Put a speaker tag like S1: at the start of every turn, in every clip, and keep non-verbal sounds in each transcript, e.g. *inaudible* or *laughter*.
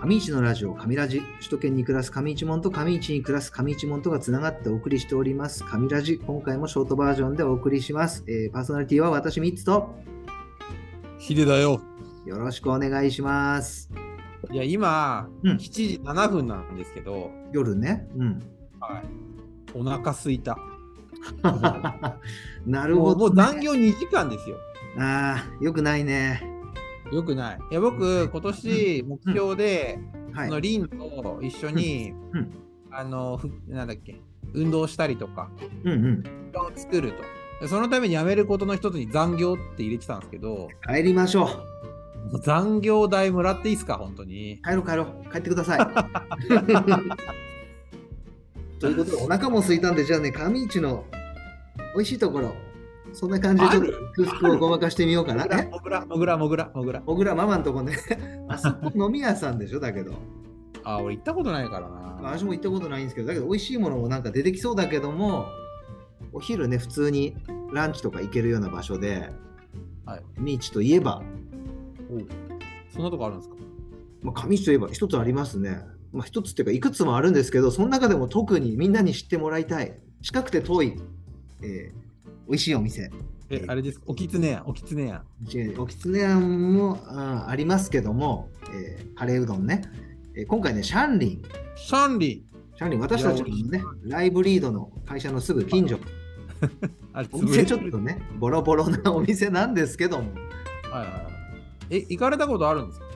S1: 上市のラジオ、上ラジ、首都圏に暮らす上市門と上市に暮らす上市門とがつながってお送りしております。上ラジ、今回もショートバージョンでお送りします。えーパーソナリティは私、ミッツと、
S2: ヒデだよ。
S1: よろしくお願いします。
S2: いや、今、
S1: うん
S2: 7時7分なんですけど、
S1: 夜ね。うん。
S2: *laughs*
S1: *laughs*
S2: お腹すいた。
S1: なる
S2: も
S1: ほ
S2: うも
S1: ど、
S2: う残業2時間ですよ。
S1: ああ、よくないね。
S2: よくない。いや、僕、今年、目標で、
S1: は
S2: その
S1: い。
S2: リンと一緒に、
S1: うんうん
S2: あの、ふなんだっけ、運動したりとか、
S1: うんうん。
S2: 時間を作ると。でそのためにやめることの一つに残業って入れてたんですけど、
S1: 帰りましょう。
S2: 残業代もらっていいですか、本当に。
S1: 帰ろう帰ろう。帰ってくださ
S2: *laughs*
S1: い。ということで、お腹も空いたんで、じゃあね、上市の美味しいところ、そんな感じでちょっと空腹をごまかしてみようかな。え
S2: もぐら、もぐら、もぐら、もぐら。
S1: 小倉ママのと
S2: *laughs*
S1: こね、あそこ飲み屋さんでしょ、だけど。
S2: あ、俺行ったことないから
S1: まあ
S2: な。
S1: 私も行ったことないんですけど、だけど美味しいものもなんか出てきそうだけども、お昼ね、普通にランチとか行けるような場所で、
S2: はい
S1: 上市といえば、
S2: おうそんなとこあるんですか
S1: まあ、上市といえば一つありますね。まあ、一つっていうかいくつもあるんですけど、その中でも特にみんなに知ってもらいたい、近くて遠い、えー、美味しいお店。
S2: え、あれです。おきつねや、おきつねや。
S1: おきつねあんもあーありますけども、えーカレーうどんね。えー今回ね、シャンリン。
S2: シャンリ
S1: シャンリン、私たちのね、ライブリードの会社のすぐ近所。
S2: ー。あれ、
S1: お店ちょっ
S2: 潰れて
S1: と
S2: る
S1: ね、ボロボロなお店なんですけども、
S2: はいはいはい。え、行かれたことあるんですか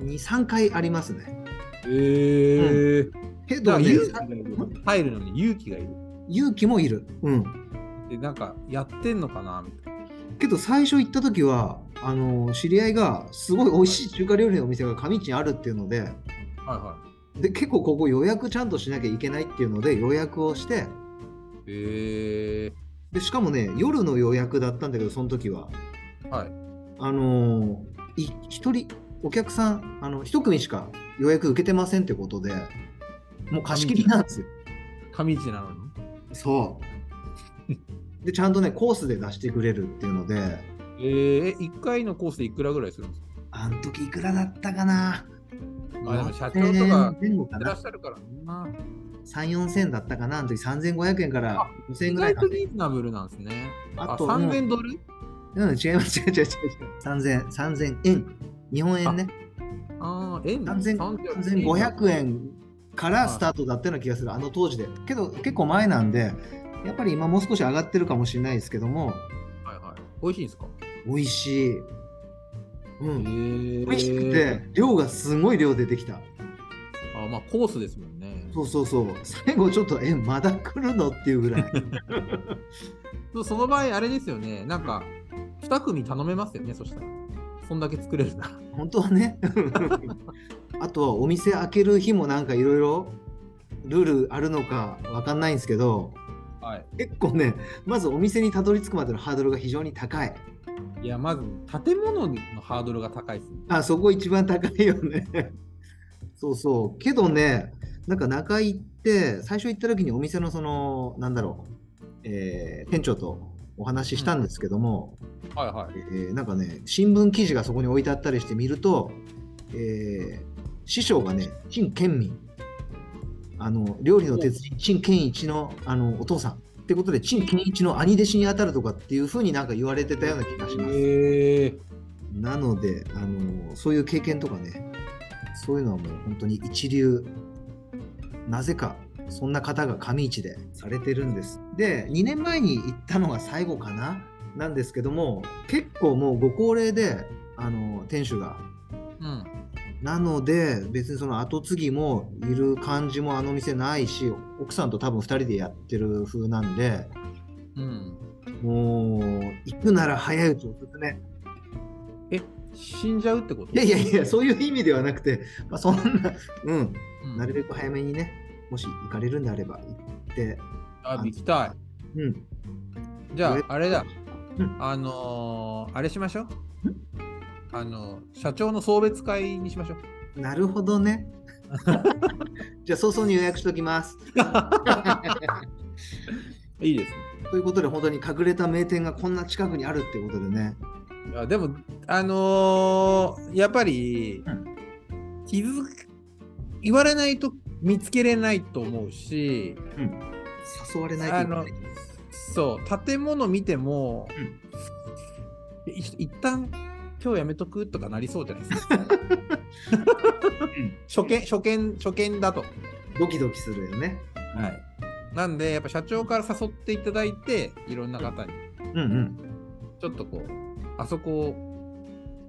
S1: 2、3回ありますね。
S2: えー。
S1: け
S2: だ
S1: ど、
S2: から
S1: ね、
S2: 勇気がいる。入るのに勇気がいる。
S1: 勇気もいる。うん。
S2: で、なんか、やってんのかなみたいな。
S1: けど最初行った時はあの知り合いがすごい美味しい中華料理のお店が上市にあるっていうので
S2: はいは
S1: で結構ここ予約ちゃんとしなきゃいけないっていうので予約をして
S2: い。え
S1: でしかもね夜の予約だったんだけどその時は
S2: ー。はい。
S1: あのい一人お客さんあの一組しか予約受けてませんってことでもう貸し切りなんですよ
S2: 上市なのに。
S1: そうでちゃんとねコースで出してくれるっていうので
S2: えー、え、1回のコースでいくらぐらいするんですか
S1: あの時いくらだったかな
S2: まあでも社長とか
S1: 5000円前後か
S2: い
S1: な
S2: らっしゃるからな。
S1: 3、4000だったかな、あの時3500円から
S2: あ
S1: 5000円
S2: 意
S1: ぐらいな
S2: 外と
S1: んで。
S2: リーズナブルなんですね。あ、
S1: あと、うん、うん、違い
S2: 3000ドル
S1: ます、違 *laughs* う違う違う違う。3000、3000円。日本円ね。
S2: ああ、円
S1: 3000 3500円からスタートだったような気がする、あの当時で。けど、結構前なんで、やっぱり今もう少し上がってるかもしれないですけども、
S2: はいはい。美味しいんですか
S1: 美味しい。うん。
S2: 美
S1: 美味しくて、量がすごい量出てきた。
S2: あまあコースですもんね。
S1: そうそうそう。最後ちょっと、え、まだ来るのっていうぐらい。
S2: そその場合あれですよね。なんか2組頼めますよね。そしたら。そんだけ作れるな。
S1: 本当はねあとはお店開ける日もなんかいろいろルールあるのかわかんないんですけど
S2: はい。
S1: 結構ねまずお店にたどり着くまでのハードルが非常に高い
S2: いやまず建物のハードルが高いですね。
S1: あそこ一番高いよねそうそうけどねなんか中行って最初行った時にお店のそのなんだろう、えー店長とお話ししたんですけども、
S2: はいはい。
S1: えーなんかね新聞記事がそこに置いてあったりして見ると、えー師匠がね陳建民あの料理の鉄人陳建一のあのお父さんってことで陳建一の兄弟子にあたるとかっていうふうになんか言われてたような気がします、
S2: へえ
S1: なのであのそういう経験とかねそういうのはもう本当に一流なぜかそんな方が上市でされてるんですで2年前に行ったのが最後かななんですけども結構もうご高齢であの店主が
S2: うん。
S1: なので別にその後継ぎもいる感じもあの店ないし奥さんと多分2人でやってる風なんで
S2: うん。
S1: もう行くなら早いうちおすすめ
S2: 死んじゃうってこと
S1: いやいやいやそういう意味ではなくて、まあ、そんなうん
S2: うん
S1: なるべく早めにねもし行かれるんであれば行って
S2: あ行きたい。
S1: うん
S2: じゃ
S1: え
S2: ああれだ
S1: うん。
S2: あのー、あれしましょう。あの社長の送別会にしましょう。
S1: なるほど *laughs* ねじゃあ早々に予約しときます *laughs*
S2: いいですね。
S1: ということで本当に隠れた名店がこんな近くにあるってことでね
S2: いやでもあのーやっぱり、
S1: う
S2: 気づ言われないと見つけれないと思うし、
S1: 誘われないといけない
S2: そう、建物見ても、い一旦今日やめとくとかなりそうじゃないですか。
S1: うん
S2: *laughs* 初見、初見、初見だと。
S1: ドキドキするよね。
S2: はい。なんで、やっぱ社長から誘っていただいて、いろんな方に、
S1: うんうん。
S2: ちょっとこう、あそこ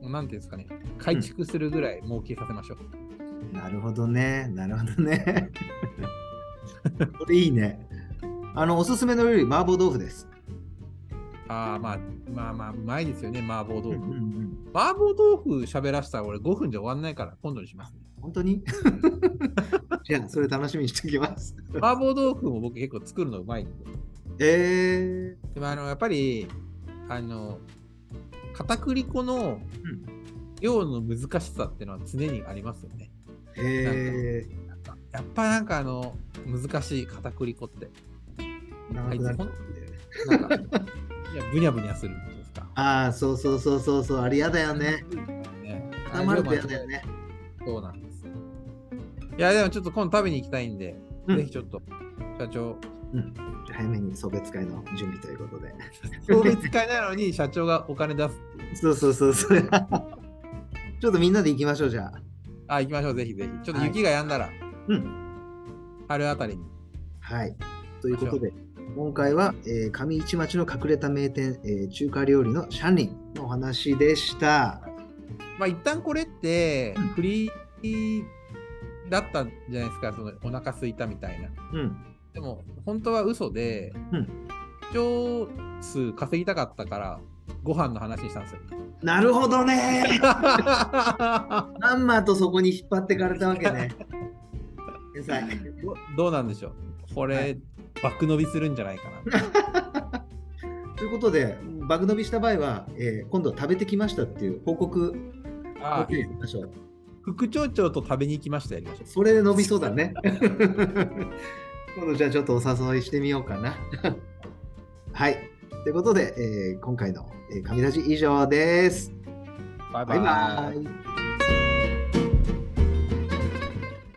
S2: を、なんていうんですかね、改築するぐらい儲けさせましょう。
S1: なるほどね。なるほどね。 *laughs* これいいね。あの、おすすめの料理、麻婆豆腐です。
S2: ああ、まあ、まあまあ、うまいですよね、麻婆
S1: うん
S2: 豆
S1: う
S2: 腐。
S1: んうん、
S2: 麻婆豆腐喋らせたら俺5分じゃ終わんないから今度にします、ね。
S1: 本当に *laughs* じゃあ、それ楽しみにしておきます。
S2: 麻婆豆腐も僕結構作るのうまいんで。
S1: えー。
S2: でもあの、やっぱり、あの、片栗粉の
S1: うん
S2: 量の難しさっていうのは常にありますよね。
S1: えー。
S2: やっぱなんかあの、難しい片栗粉って。
S1: 長くなっちゃうんだよね。 *laughs*
S2: なんか、いや、ぶにゃぶにゃするんですか。
S1: ああ、そうそうそうそうそう、あれやだよね。
S2: ね。
S1: 固まるとやだよね。
S2: そうなんです。いや、でもちょっと今度食べに行きたいんで、
S1: うん
S2: ぜひちょっと、社長、
S1: うん、早めに送別会の準備ということで。
S2: 送別会なのに社長がお金出す。
S1: そうそうそう *laughs* そう。ちょっとみんなで行きましょう、じゃあ。
S2: あ、行きましょう、ぜひぜひ。ちょっと雪が止んだら、
S1: うん。
S2: 春あたりに。
S1: はい。ということで、今回は、えー上市町の隠れた名店、えー中華料理のシャンリンのお話でした。
S2: まあ、一旦これって
S1: うん、
S2: フリーだったんじゃないですか、そのお腹空いたみたいな。
S1: うん。
S2: でも、本当は嘘で、
S1: うん
S2: 視聴数稼ぎたかったから、ご飯の話にしたんです
S1: *laughs*
S2: よ。
S1: なるほどね。まんまとそこに引っ張ってかれたわけね。天才
S2: どどうなんでしょうこれ、
S1: はい
S2: 爆伸びするんじゃないか
S1: *laughs*
S2: な。
S1: ということで、バグ伸びした場合は、えー今度食べてきましたっていう報告
S2: あ
S1: をしましょう。
S2: 副町長と食べに行きましたやりましょう。
S1: それで伸びそうだ
S2: *laughs*
S1: ね。今度じゃあちょっとお誘いしてみようかな。はい。ということで、えー今回のえー神ラジ以上です。
S2: バイバ
S1: バイバイ。